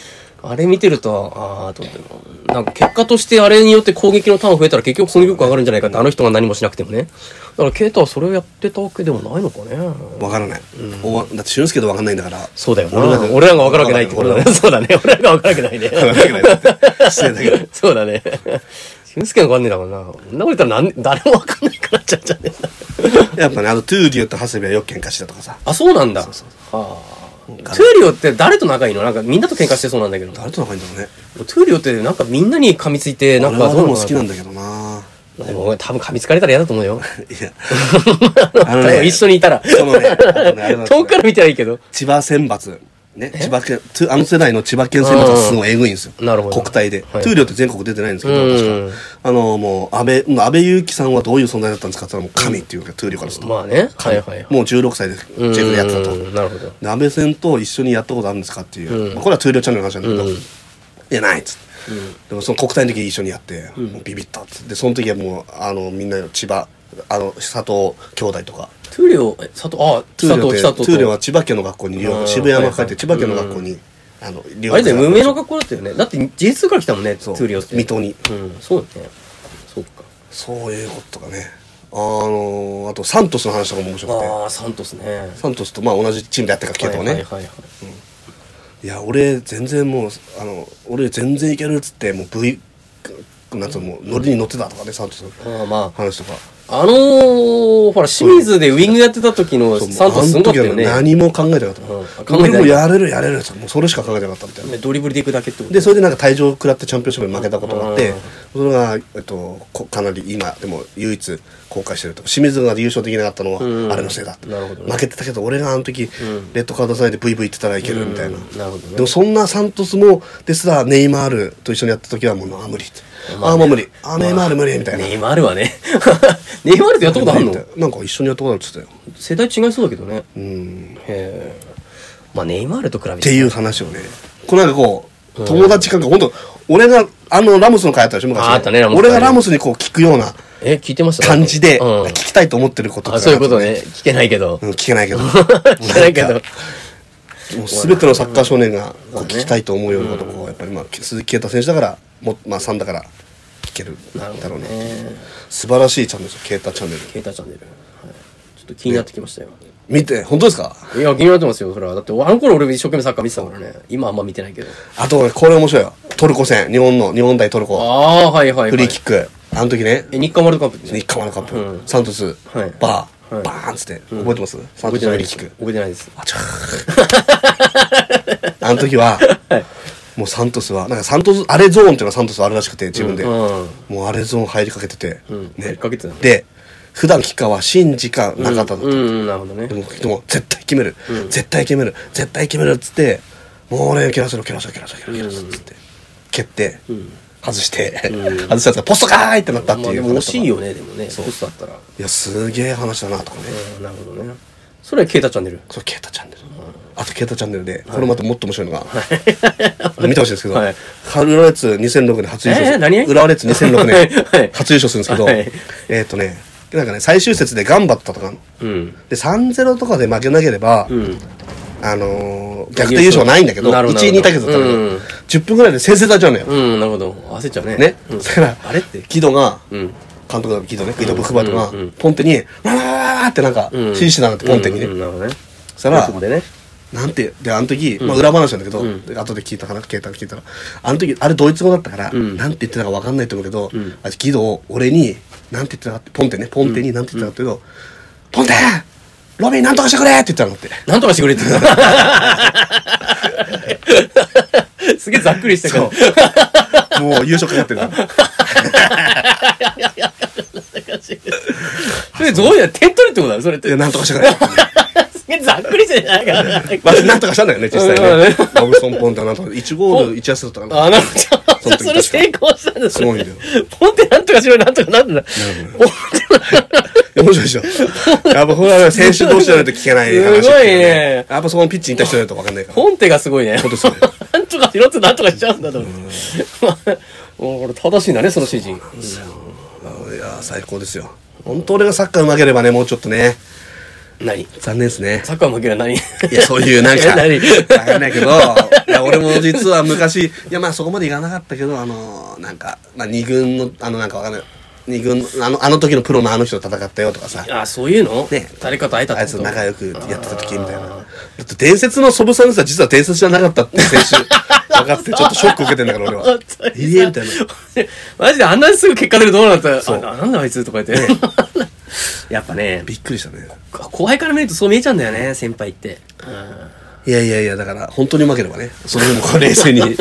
Speaker 2: あれ見てるとああと思ってなんか結果としてあれによって攻撃のターン増えたら結局攻撃力上がるんじゃないかってあの人が何もしなくてもねだからケイタはそれをやってたわけでもないのかね
Speaker 1: わからない、おわだって俊介とわかんないんだから
Speaker 2: そうだよな。
Speaker 1: 俺
Speaker 2: 俺
Speaker 1: ら
Speaker 2: ら
Speaker 1: が
Speaker 2: が分かるわけないってことだね。そうだね。俺らが分かるわけないね。
Speaker 1: わかるわけないだって失礼だけど
Speaker 2: そうだね。 俊介が分かんねえだもんな。こんなこと言ったらなん誰も分かんないからちゃっちゃねえんだ。
Speaker 1: やっぱねあのトゥーディオと長谷部はよく喧嘩したとかさ
Speaker 2: あ、そうなんだ。はあ。トゥーリオって誰と仲いいのなんかみんなと喧嘩してそうなんだけど。ト
Speaker 1: 誰と仲いいんだろうね
Speaker 2: ゥーリオってなんかみんなに噛みついて、なん
Speaker 1: 俺
Speaker 2: か
Speaker 1: は
Speaker 2: ど
Speaker 1: で
Speaker 2: う
Speaker 1: も好きなんだけどな
Speaker 2: だ。でも多分噛みつかれたら嫌だと思うよ。
Speaker 1: いやあのね
Speaker 2: 一緒にいたら。
Speaker 1: そのねあのねあれなんですよ
Speaker 2: 遠くから見たらいいけど。
Speaker 1: 千葉選抜ね、千葉県、トゥあの世代の千葉県選抜はすごいエグいんですよ。
Speaker 2: うんなるほど
Speaker 1: 国体で。
Speaker 2: はい
Speaker 1: トゥーリオって全国出てないんですけど、
Speaker 2: うん
Speaker 1: 確か。あの、もう、安倍、もう安倍祐樹さんはどういう存在だったんですかって言ったら、もう神っていうか、トゥーリオからすると。
Speaker 2: まあね。はいはいはい。
Speaker 1: もう16歳で、ジェフでやってたと。
Speaker 2: うんなるほど。
Speaker 1: で安倍戦と一緒にやったことあるんですかっていう。まあこれはトゥーリオチャンネルの話なんだけど、いや、ないっつって。でもその国体の時一緒にやって、もうビビったっつって。で、その時はもう、あの、みんなの千葉、あの、佐藤兄弟とか、
Speaker 2: トゥーリオ、え佐藤、あ、
Speaker 1: トゥーリョってト
Speaker 2: 佐藤、佐藤と。
Speaker 1: ゥーリョは千葉県の学校に留
Speaker 2: う
Speaker 1: 学
Speaker 2: ん
Speaker 1: 渋谷の書い
Speaker 2: はいは
Speaker 1: て
Speaker 2: い
Speaker 1: 千葉県の学校にあの留
Speaker 2: あれだよ、無名の
Speaker 1: 学
Speaker 2: 格好だったよね。だって、J2 から来たもんね、ツ
Speaker 1: そう
Speaker 2: ーリオって。
Speaker 1: 水戸に
Speaker 2: うん、そうだね。そうか。
Speaker 1: そういうことかねあのあとサントスの話とかも面白くて
Speaker 2: ああ、サントスね。
Speaker 1: サントスとまあ同じチームでやってたけどね、
Speaker 2: はい
Speaker 1: い
Speaker 2: はいはいはい。
Speaker 1: や俺全然もうあの俺全然いけるっつってもう V なんつうのもう乗りに乗ってたとかねサントスの
Speaker 2: まあま
Speaker 1: 話とか
Speaker 2: あ、あのー、ほら、清水でウィングやってた時の
Speaker 1: そうもう
Speaker 2: サントスすごかったよ
Speaker 1: あの時はもう
Speaker 2: ね。
Speaker 1: 何も考えてなかった、
Speaker 2: うん考えてない
Speaker 1: 俺もやれるやれるっつってもうそれしか考えてなかったみたいな
Speaker 2: ドリブルでいくだけってこと
Speaker 1: でそれでなんか退場を食らってチャンピオンシップに負けたことがあって、
Speaker 2: うん
Speaker 1: それが、えっと、こかなり今でも唯一後悔してると清水が優勝できなかったのは
Speaker 2: うん
Speaker 1: あれのせいだって、
Speaker 2: なるほどね
Speaker 1: 負けてたけど俺があの時、レッドカードされてブイブイ言ってたらいけるみたいな、
Speaker 2: うんなるほどね
Speaker 1: でもそんなサントスもですらネイマールと一緒にやった時はもうあ無理って、
Speaker 2: まあ
Speaker 1: あ
Speaker 2: ね
Speaker 1: もう無理あネイマール無理みたいな、
Speaker 2: ネイマールはね。 ネイマールってやったことあんの
Speaker 1: なんか一緒にやったことあるっつってたよ
Speaker 2: 世代違いそうだけどね。
Speaker 1: う
Speaker 2: へ
Speaker 1: んっ
Speaker 2: え。まあ、ネイマールと比べて。
Speaker 1: ていう話をねこうなんかこう友達感覚本当俺があのラモスの会あったでしょ昔、
Speaker 2: ああったねラモスの
Speaker 1: 俺
Speaker 2: 会
Speaker 1: がラモスにこう聞くような
Speaker 2: え、聞いてました
Speaker 1: 感じで、
Speaker 2: うん
Speaker 1: 聞。きたいと思ってることとか
Speaker 2: あ、そういうことね。聞けないけど
Speaker 1: う。ん、聞けない けど。
Speaker 2: 聞けないけ
Speaker 1: な
Speaker 2: ど
Speaker 1: んか。もう全てのサッカー少年がこう聞きたいと思うようなことを、やっぱり、まあ、鈴木啓太選手だから、もまあ、3だから聞ける
Speaker 2: なるほ
Speaker 1: だろ
Speaker 2: ど
Speaker 1: うね。
Speaker 2: ね。
Speaker 1: 素晴らしいチャンネルですよ、啓太チャンネル。
Speaker 2: ケータチャンネル。はい。ちょっと気になってきましたよ。
Speaker 1: 見て、本当ですか
Speaker 2: いや、気になってますよ、それは。だって、あの頃俺一生懸命サッカー見てたからね。今あんま見てないけど。
Speaker 1: あと、これ面白いよ。トルコ戦、日本の、日本対トル
Speaker 2: あ
Speaker 1: コ、
Speaker 2: あ、はいはいはい。
Speaker 1: フリーキック。あの時ね、
Speaker 2: え、日韓ワールドカップ
Speaker 1: 日韓ワールドカッ
Speaker 2: う
Speaker 1: プ、サントス
Speaker 2: はい、
Speaker 1: バ
Speaker 2: は
Speaker 1: ー、
Speaker 2: い
Speaker 1: バーンっつって、覚えてますサント
Speaker 2: 覚え
Speaker 1: ス
Speaker 2: てな
Speaker 1: フ
Speaker 2: い
Speaker 1: リー
Speaker 2: です。
Speaker 1: キック。
Speaker 2: 覚えてないです。
Speaker 1: あちょ あの時は、もうサントスは、なんかサントス、あれゾーンっていうのはサントスあるらしくて、自分で。
Speaker 2: うん
Speaker 1: もうあれゾーン入りかけてて、
Speaker 2: ん入りかけてたね
Speaker 1: で、普段キッカーは新時間なかったと、
Speaker 2: うんうん、なるほどね
Speaker 1: で。も、でも絶対決める、絶対決める、絶対決めるっつって、もう俺、蹴らせろ、蹴らせろ、蹴らせろ、蹴らせろ、つって、蹴って、外して、外したやつがポストかーいってなったって
Speaker 2: まあ
Speaker 1: い
Speaker 2: で
Speaker 1: う話とか。
Speaker 2: も惜しいよね、でもね。そうだったら。
Speaker 1: いや、すげえ話だな、とかね。
Speaker 2: うんなるほどね。それはケータチャンネル。
Speaker 1: そう、ケータチャンネル。あと、ケータチャンネルで、これまたもっと面白いのが、見てほしいんですけど、
Speaker 2: はい
Speaker 1: ハルラレッツ2006年初優勝す
Speaker 2: えー何
Speaker 1: 浦和レッツ2006
Speaker 2: はいは
Speaker 1: 年
Speaker 2: い
Speaker 1: 初優勝するんですけど、
Speaker 2: はい
Speaker 1: えーっ、とね、なんかね、最終節で頑張ったとかの、
Speaker 2: うん。
Speaker 1: で、3-0とかで負けなければ、
Speaker 2: ん
Speaker 1: あのー逆転優勝はないんだけど、
Speaker 2: なるほど
Speaker 1: 1位2位だけだったら、
Speaker 2: うん
Speaker 1: 10分ぐらいで先制されちゃうのよ。
Speaker 2: うん、なるほど。焦っちゃうね。
Speaker 1: ね、
Speaker 2: うん
Speaker 1: だから、
Speaker 2: あれって。
Speaker 1: ギドが、
Speaker 2: うん。
Speaker 1: 監督だギドね、ギド・ブフバートが、
Speaker 2: うんうん
Speaker 1: ポンテに、わーわーわーってなんか、指示してたんだって、ポンテにね。
Speaker 2: うんうんなるほどね。
Speaker 1: そしたら
Speaker 2: そこでね。
Speaker 1: なんて、で、あの時、まあ裏話なんだけど、で後で聞いたかな、聞いた聞いたら、あの時、あれドイツ語だったから、なんて言ってたか分かんないと思うけど、あいつギドを俺に、なんて言ってたかって、ポンテね、ポンテになんて言ってたかっていうと、ポンテロビンなんとかしてくれって言ったのって。
Speaker 2: なんとかしてくれって言った。 すげえざっくりしたけど。
Speaker 1: もう優勝かかってるな。
Speaker 2: それどうやって点取るってことだろそれっ
Speaker 1: い
Speaker 2: て
Speaker 1: や、。なんとかしてくれ。
Speaker 2: すげえざっくりしてんじゃないかな。
Speaker 1: まあ、なんとかしたんだよね、実際
Speaker 2: うんうん
Speaker 1: ね。ロブソン・ポンタなんとか、1ゴール1アシストだったかな。
Speaker 2: あ、なるほど。 それ成功したんです
Speaker 1: すごいんだよ。
Speaker 2: ポンってなんとかしろよなんとかなんだ。
Speaker 1: いや面白いでしょ。 やっぱ、ほら、選手同士じゃないと聞けない話ってう
Speaker 2: すごいね
Speaker 1: やっぱそこのピッチにいた人じゃないと分かんないから。
Speaker 2: ポンテがすごいね。
Speaker 1: 当そうだよ
Speaker 2: なんとかしろってなんとかしちゃうんだ と思って。これ正しいんだね、その指示。
Speaker 1: いやー、最高ですよ。本当俺がサッカー上手ければね、もうちょっとね、
Speaker 2: 何
Speaker 1: 残念ですね。
Speaker 2: サッカー負けるのは何
Speaker 1: いや、そういう、なんか、
Speaker 2: 何
Speaker 1: わかんないけど、いや、俺も実は昔、いや、まあそこまでいかなかったけど、あの、なんか、まあ二軍の、あの、なんかわかんない、二軍の、あの、あの時のプロのあの人と戦ったよとかさ、
Speaker 2: あ、そういうの
Speaker 1: ね
Speaker 2: 誰かと会えたっ
Speaker 1: あいつ
Speaker 2: てこと
Speaker 1: と仲良くやってた時みたいな。だって伝説のソブさんですら実は伝説じゃなかったって先週、分かって、ちょっとショック受けてんだから俺は。いえ、みたいな。
Speaker 2: マジであんなにすぐ結果出るどうなったら、あ、なんだあいつとか言って。 やっぱね、
Speaker 1: びっくりしたね。
Speaker 2: 後輩から見るとそう見えちゃうんだよね、先輩って。
Speaker 1: いやいやいや、だから、本当にうまければね。それでもこう冷静に。こ
Speaker 2: ね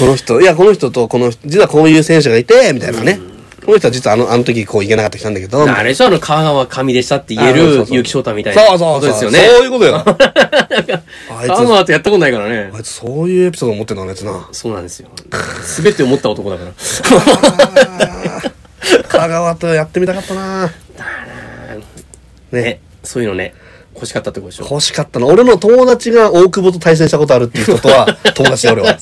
Speaker 1: の人、いや、この人とこの人、実はこういう選手がいて、みたいなね。この人は実はあの、あの時こういけなかった人なんだけど。みたいな
Speaker 2: あれでしょ、あの、川川神でしたって言え
Speaker 1: あそうそ
Speaker 2: る
Speaker 1: うそう
Speaker 2: 結城翔太みたいな
Speaker 1: そう
Speaker 2: こ
Speaker 1: そう
Speaker 2: と
Speaker 1: そう。
Speaker 2: ですよね。
Speaker 1: そういうことよ。 あいつ
Speaker 2: 川川とやったことないからね
Speaker 1: あ。いつそういうエピソード持ってんだね、あいつな。
Speaker 2: そうなんですよ。すべて思った男だから。
Speaker 1: 香川とやってみたかった なね
Speaker 2: ね、そういうのね、欲しかったってことでしょ。
Speaker 1: 欲しかったの。俺の友達が大久保と対戦したことあるっていう人と は、友達で俺は。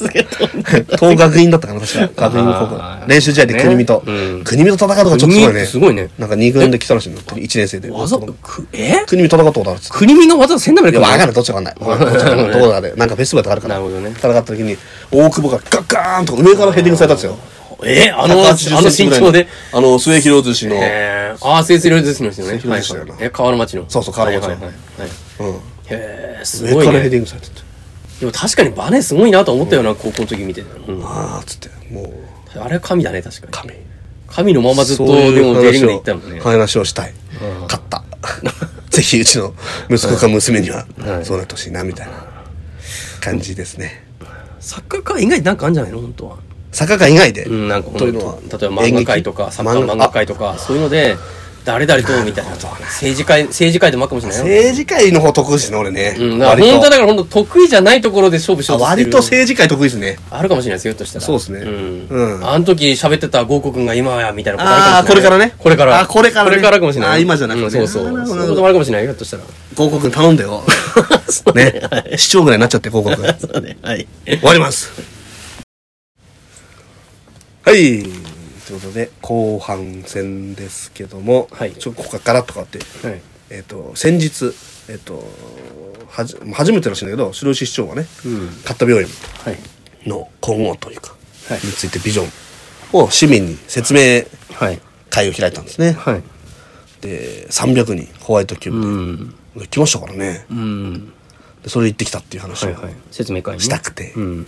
Speaker 1: 東学院だったかな、確か。学院高
Speaker 2: あ
Speaker 1: 校。
Speaker 2: ー
Speaker 1: 練習試合で国見と。
Speaker 2: ねうん
Speaker 1: 国見と戦うとかちょっとすごいね。
Speaker 2: 国見すごいね
Speaker 1: なんか2軍で来たらしいの。1年生で。
Speaker 2: わざ、くえ
Speaker 1: 国見戦ったことあるっつって。
Speaker 2: 国見の技千ダメ。
Speaker 1: いや、わかんないい、どっちかわかんない。どっちかわか んないどこだで、なんかフェスティバルとかあるから。
Speaker 2: なるほどね
Speaker 1: 戦った時に、大久保がガッガーンと上からヘディングされたんですよ。
Speaker 2: えあの、あ
Speaker 1: 180
Speaker 2: の
Speaker 1: セン
Speaker 2: 身
Speaker 1: チぐらい
Speaker 2: 長で。。
Speaker 1: あの、末広寿司の、
Speaker 2: えー、ああ、清水良ですの人ね。
Speaker 1: 清水良司だよな
Speaker 2: はいはいえ、川の町の。
Speaker 1: そうそう川の町の
Speaker 2: はいはいはいはい
Speaker 1: うん
Speaker 2: へえ、す
Speaker 1: 上
Speaker 2: ごい
Speaker 1: からヘ
Speaker 2: ね。
Speaker 1: ディングされてて。
Speaker 2: でも確かにバネすごいなと思ったよな、高校の時見てて。うん
Speaker 1: あーっつって、もう、
Speaker 2: あれは神だね、確かに。
Speaker 1: 神。
Speaker 2: 神のままずっと、
Speaker 1: そうい
Speaker 2: で
Speaker 1: う
Speaker 2: も、デリングで行ったもんね。
Speaker 1: 話をしたい。勝った。 ぜひ、うちの息子か娘には、そうなってほしいな、みたいな感じですね。
Speaker 2: サッカー界以外になんかあるんじゃないの本当は。
Speaker 1: サッカー界以外で。
Speaker 2: うん、なんか
Speaker 1: と
Speaker 2: 本
Speaker 1: い
Speaker 2: 当
Speaker 1: う
Speaker 2: に
Speaker 1: の
Speaker 2: 例え
Speaker 1: は
Speaker 2: ば漫画界とか、サッカー漫画界とか、そういうので、誰々と、みたいな。政治界、政治界でもあるかもしれないよ。
Speaker 1: 政治界の方得意ですね、俺ね。
Speaker 2: うん、だから本当はだから本当得意じゃないところで勝負しよ
Speaker 1: あ
Speaker 2: うとして
Speaker 1: 割
Speaker 2: る
Speaker 1: と政治界得意ですね。
Speaker 2: あるかもしれないですよ、ひょっとしたら。
Speaker 1: そうですね
Speaker 2: うん。
Speaker 1: うん
Speaker 2: あの時喋ってたゴーコ君が今や、みたいなこと
Speaker 1: あ
Speaker 2: あ
Speaker 1: ー
Speaker 2: るかもしれない。
Speaker 1: こ
Speaker 2: こ
Speaker 1: れ
Speaker 2: れ
Speaker 1: か
Speaker 2: から
Speaker 1: ね
Speaker 2: ら。
Speaker 1: あこれからね
Speaker 2: これからかもしれない。
Speaker 1: あー今じゃなくてね
Speaker 2: うんそうそう。
Speaker 1: あーなるほど
Speaker 2: そういうこともあるかもしれないよ、ひょっとしたら。
Speaker 1: 広告頼んだ よ。ね。市長ぐらいになっちゃって、広告。
Speaker 2: そうね。はい。
Speaker 1: 終わります。はい。ということで、後半戦ですけども、
Speaker 2: はい
Speaker 1: ちょっとここからとかって、
Speaker 2: はい。
Speaker 1: えっ、と、先日、えっ、と、はじ、初めてらしいんだけど、白石市長がね、
Speaker 2: うん
Speaker 1: 勝った病院
Speaker 2: はい。
Speaker 1: の今後というか、
Speaker 2: はい
Speaker 1: についてビジョンを市民に説明
Speaker 2: はい。
Speaker 1: 会を開いたんですね。
Speaker 2: はい。
Speaker 1: で、300人、ホワイトキュ
Speaker 2: う
Speaker 1: ー
Speaker 2: ん。
Speaker 1: ブで来ましたからね。
Speaker 2: うん。
Speaker 1: でそれ行ってきたっていう話
Speaker 2: は
Speaker 1: を
Speaker 2: いはい。説明会ね
Speaker 1: したくて、
Speaker 2: うん。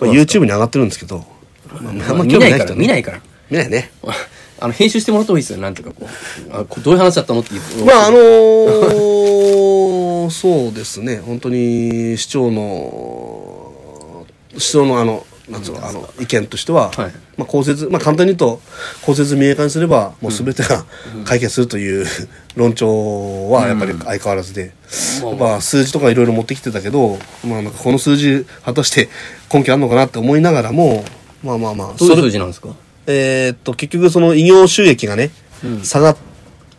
Speaker 1: まあ、YouTube に上がってるんですけど、まあ、あんま
Speaker 2: 見
Speaker 1: 興味ない
Speaker 2: ない
Speaker 1: 人は
Speaker 2: から、
Speaker 1: ね
Speaker 2: 見ないから。
Speaker 1: 見ないね。
Speaker 2: あの、編集してもらった方がいいですよ、なんとかこう。あこどういう話だったのって言って。
Speaker 1: まあ、あのー そうですね、本当に市長の、市長のあの、なんつうの、あの、意見としては、
Speaker 2: はい
Speaker 1: まあ、公設、まあ、簡単に言うと、公設民営化にすれば、もうすべてが解決するという 論調は、やっぱり相変わらずで、
Speaker 2: まあ
Speaker 1: やっぱ数字とかいろいろ持ってきてたけど、まあ、なんかこの数字、果たして根拠あるのかなって思いながらも、まあまあまあ、
Speaker 2: どういう数字なんですか
Speaker 1: えーっと、結局その異業収益がね、下がっ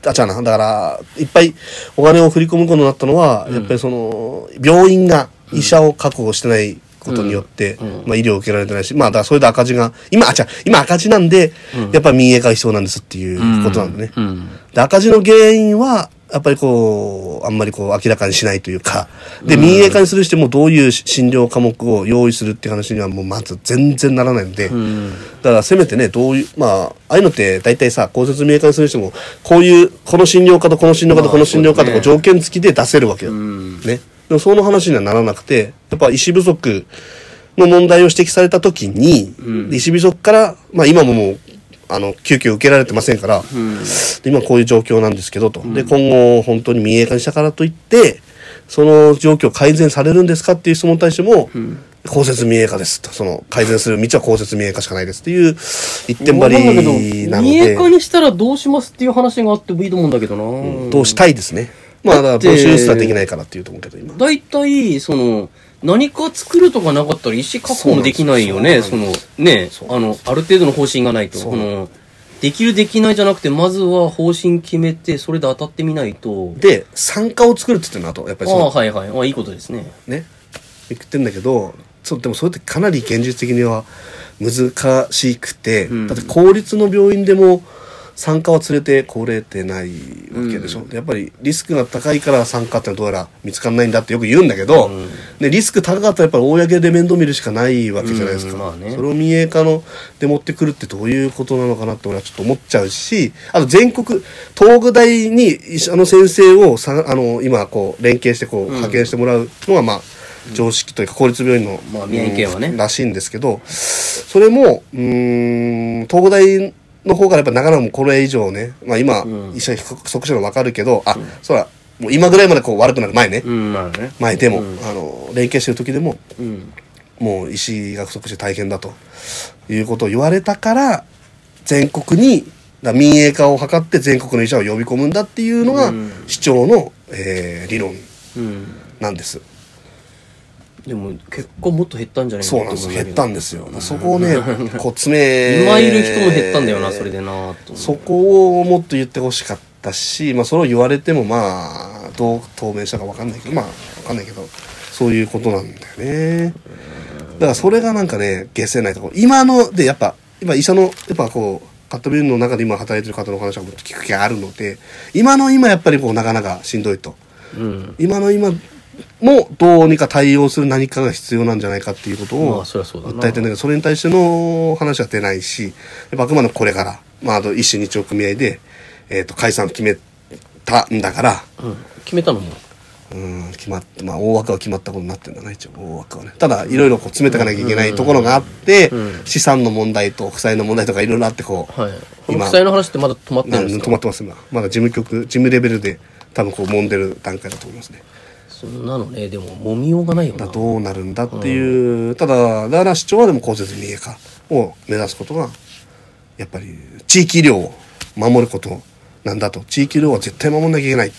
Speaker 1: あ、違うな。だから、いっぱいお金を振り込むことになったのは、やっぱりその、病院が医者を確保してないことによって、まあ医療を受けられてないし、まあだからそれで赤字が、今、あ、違う、今赤字なんで、やっぱり民営化が必要なんですっていうことなんだね。
Speaker 2: うん。
Speaker 1: で赤字の原因は、やっぱりこう、あんまりこう、明らかにしないというか、で、民営化にするしてもどういう診療科目を用意するっていう話にはもうまず全然ならないので、だからせめてね、どういう、まあ、ああいうのって大体さ、公設民営化にするにしても、こういう、この診療科とこの診療科とこの診療科と
Speaker 2: ま
Speaker 1: こう
Speaker 2: あ
Speaker 1: 条件付きで出せるわけよ。ね。でもその話にはならなくて、やっぱ医師不足の問題を指摘された時に、医師不足から、まあ今ももう、あの、救急受けられてませんから、で今こういう状況なんですけどと。で、今後本当に民営化にしたからといって、その状況改善されるんですかっていう質問に対しても、公設民営化ですと。その改善する道は公設民営化しかないですっていう一点張
Speaker 2: まあなんだ
Speaker 1: り
Speaker 2: け
Speaker 1: な
Speaker 2: ど
Speaker 1: の
Speaker 2: 民営
Speaker 1: で、
Speaker 2: 化にしたらどうしますっていう話があってもいいと思うんだけどな。
Speaker 1: どうしたいですね。まあ、だから募集すらできないからっていうと思うけど、今。
Speaker 2: 大体、その、何か作るとかなかったら石確保もできないよね。そ
Speaker 1: そうな
Speaker 2: の
Speaker 1: ん、
Speaker 2: ね、あの、ある程度の方針がないと。その、できるできないじゃなくて、まずは方針決めて、それで当たってみないと。
Speaker 1: で、参加を作るって言ってるの、あと。やっぱ
Speaker 2: あ
Speaker 1: りその
Speaker 2: あ、、はいはい。ああいいことですね。
Speaker 1: ね言ってんだけどそうでもそれってかなり現実的には難しくて、
Speaker 2: ん
Speaker 1: だって公立の病院でも産科は連れてこれてないわけでしょ、やっぱりリスクが高いから産科ってのはどうやら見つからないんだってよく言うんだけど、でリスク高かったらやっぱり公で面倒見るしかないわけじゃないですか、
Speaker 2: うんまあね
Speaker 1: それを民営化ので持ってくるってどういうことなのかなって俺はちょっと思っちゃうしあと全国東北大に医者の先生をさあの今こう連携してこう派遣してもらうのがまあ常識というか公立病院の、
Speaker 2: まあ宮城県はね
Speaker 1: うんらしいんですけどそれもうーん東北大の方からやっぱなかなかもうこれ以上ね、まあ、今、医者に不足してるの分かるけどあ、そらもう今ぐらいまでこう悪くなる前ね、
Speaker 2: うん、まあね。
Speaker 1: 前でも、あの連携してる時でも
Speaker 2: うん。
Speaker 1: もう石が不足して大変だということを言われたから全国にだから民営化を図って全国の医者を呼び込むんだっていうのが
Speaker 2: うん
Speaker 1: 市長の、えー理論
Speaker 2: うん。
Speaker 1: なんです。
Speaker 2: でも、結構もっと減ったんじゃないか
Speaker 1: そう
Speaker 2: な
Speaker 1: なん
Speaker 2: と
Speaker 1: です
Speaker 2: 思
Speaker 1: 減ったん
Speaker 2: だ
Speaker 1: ですよ。そこをね、こう詰
Speaker 2: けど。
Speaker 1: め。
Speaker 2: 今いる人も減ったんだよな、それでなと思う
Speaker 1: そこをもっと言ってほしかったし、まあ、それを言われても、まあ、どう透明したかわかんないけど、まあ、わかんないけど、そういうことなんだよね。だから、それがなんかね、下せないところ。今の、で、やっぱ、今、医者の、やっぱこう、カットビルの中で今働いてる方の話は聞く気があるので、今の今、やっぱりこう、なかなかしんどいと。
Speaker 2: うん。
Speaker 1: 今の今もどうにか対応する何かが必要なんじゃないかっていうこと
Speaker 2: ま
Speaker 1: を
Speaker 2: あそりゃそうだな
Speaker 1: 訴えてるんだけどそれに対しての話は出ないしやっぱあくまでもこれから、まあ、あと一種日曜組合で、えー、と解散を決めたんだから
Speaker 2: うん。決めたのも。
Speaker 1: うん決まって、まあ、大枠は決まったことになってるんだな一応大枠はねただいろいろこう詰めていかなきゃいけないところがあって、資産の問題と負債の問題とかいろいろあってこう、
Speaker 2: はい。こ
Speaker 1: 今
Speaker 2: の国債の話ってまだ止まって
Speaker 1: な
Speaker 2: る
Speaker 1: ん
Speaker 2: んです
Speaker 1: 止
Speaker 2: か
Speaker 1: まってます今まだ事務局事務レベルで多分こう揉んでる段階だと思いますね。
Speaker 2: そんなのね、でも、揉みようがないよな。
Speaker 1: だどうなるんだっていう、ただだから市長はでも公設民営化を目指すことがやっぱり地域医療を守ることなんだと地域医療は絶対守んなきゃいけない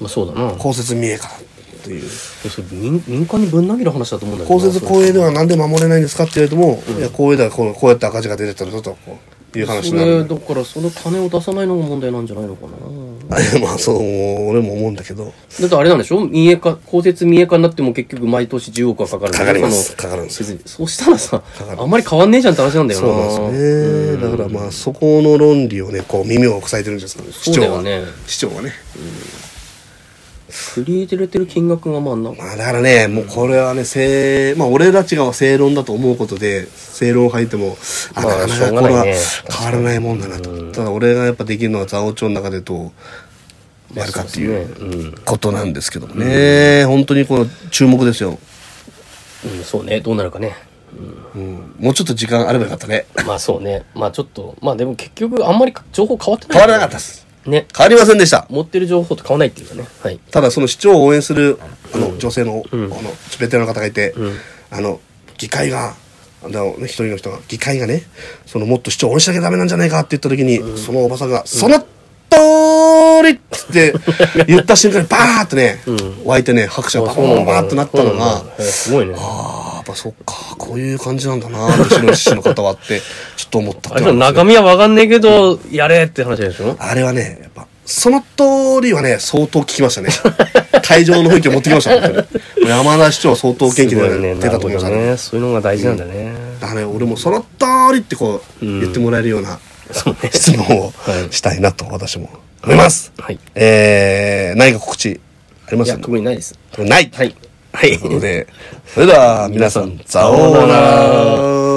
Speaker 2: まあ、そうだな。
Speaker 1: 公設民営化という
Speaker 2: それ民民間にぶん投げる話だと思うんだけど
Speaker 1: 公
Speaker 2: な
Speaker 1: 設公営ではなんで守れないんですかって言われても、いや公営ではこうこうやって赤字が出てたらちょっとこういう話
Speaker 2: そ
Speaker 1: になる
Speaker 2: れ
Speaker 1: んだ
Speaker 2: だからその金を出さないのが問題なんじゃないのかな
Speaker 1: まあそう俺も思うんだけど
Speaker 2: だってあれなんでしょ民営化公設民営化になっても結局毎年10億はかかるんだよ
Speaker 1: かかります
Speaker 2: その
Speaker 1: かかるんですよ
Speaker 2: 別にそうしたらさ
Speaker 1: かる
Speaker 2: あんまり変わんねえじゃんって話なんだよな
Speaker 1: そうなんですよねだからまあそこの論理をねこう耳を塞いでるんですかね市
Speaker 2: そうだ
Speaker 1: 長
Speaker 2: よ
Speaker 1: は
Speaker 2: ね
Speaker 1: 市長はね
Speaker 2: クリエイティブてる金額がまあなんか
Speaker 1: まあだからね、もうこれはね、正、まあ俺たちが正論だと思うことで、正論を吐いても、あ、
Speaker 2: ま
Speaker 1: なか
Speaker 2: あ
Speaker 1: なか
Speaker 2: しょう
Speaker 1: こ
Speaker 2: が
Speaker 1: れ
Speaker 2: な
Speaker 1: はい
Speaker 2: ね
Speaker 1: 変わらないもんだなと。ただ俺がやっぱできるのは座王朝の中でどうやるかっていう
Speaker 2: そうですねうん
Speaker 1: ことなんですけどもね。本当にこの注目ですよ。
Speaker 2: うんそうねどうなるかね
Speaker 1: うんもうちょっと時間あればよかったね。
Speaker 2: まあそうねまあちょっとまあでも結局あんまり情報変わってない
Speaker 1: 変わらなかったです。
Speaker 2: ね
Speaker 1: 変わりませんでした。
Speaker 2: 持ってる情報と変わらないっていうかねはい
Speaker 1: ただその市長を応援するあの女性の,、あのベテランの方がいて、あの議会があの、ね、一人の人が議会がねそのもっと市長を応援しなきゃダメなんじゃないかって言った時に、そのおばさんが「その通り!」って言った瞬間にバーってね、湧いてね拍手がバーバーバーってなったのが。
Speaker 2: うんすごいね
Speaker 1: ああ、やっぱそっか、こういう感じなんだな、西の市の方はって、ちょっと思ったっ
Speaker 2: あれ
Speaker 1: て
Speaker 2: だ中身はわかんねえけどやれって話でしょ
Speaker 1: あれはね、やっぱ、その通りはね、相当効きました ね。会場の雰囲気を持ってきました、本当に。山田市長は相当元気
Speaker 2: すごい
Speaker 1: で
Speaker 2: ね
Speaker 1: 出たと思いまし
Speaker 2: なるほ
Speaker 1: た
Speaker 2: ど
Speaker 1: ね。
Speaker 2: ねそういうのが大事なんだね、
Speaker 1: だからね、俺もその通りってこう、言ってもらえるような
Speaker 2: そうね
Speaker 1: 質問を
Speaker 2: はい
Speaker 1: したいなと、私も思います。
Speaker 2: はい
Speaker 1: えー、何か告知ありま
Speaker 2: い
Speaker 1: す
Speaker 2: や、特にないです。
Speaker 1: ない
Speaker 2: はい。はい
Speaker 1: ということで、それでは皆さん、さようなら。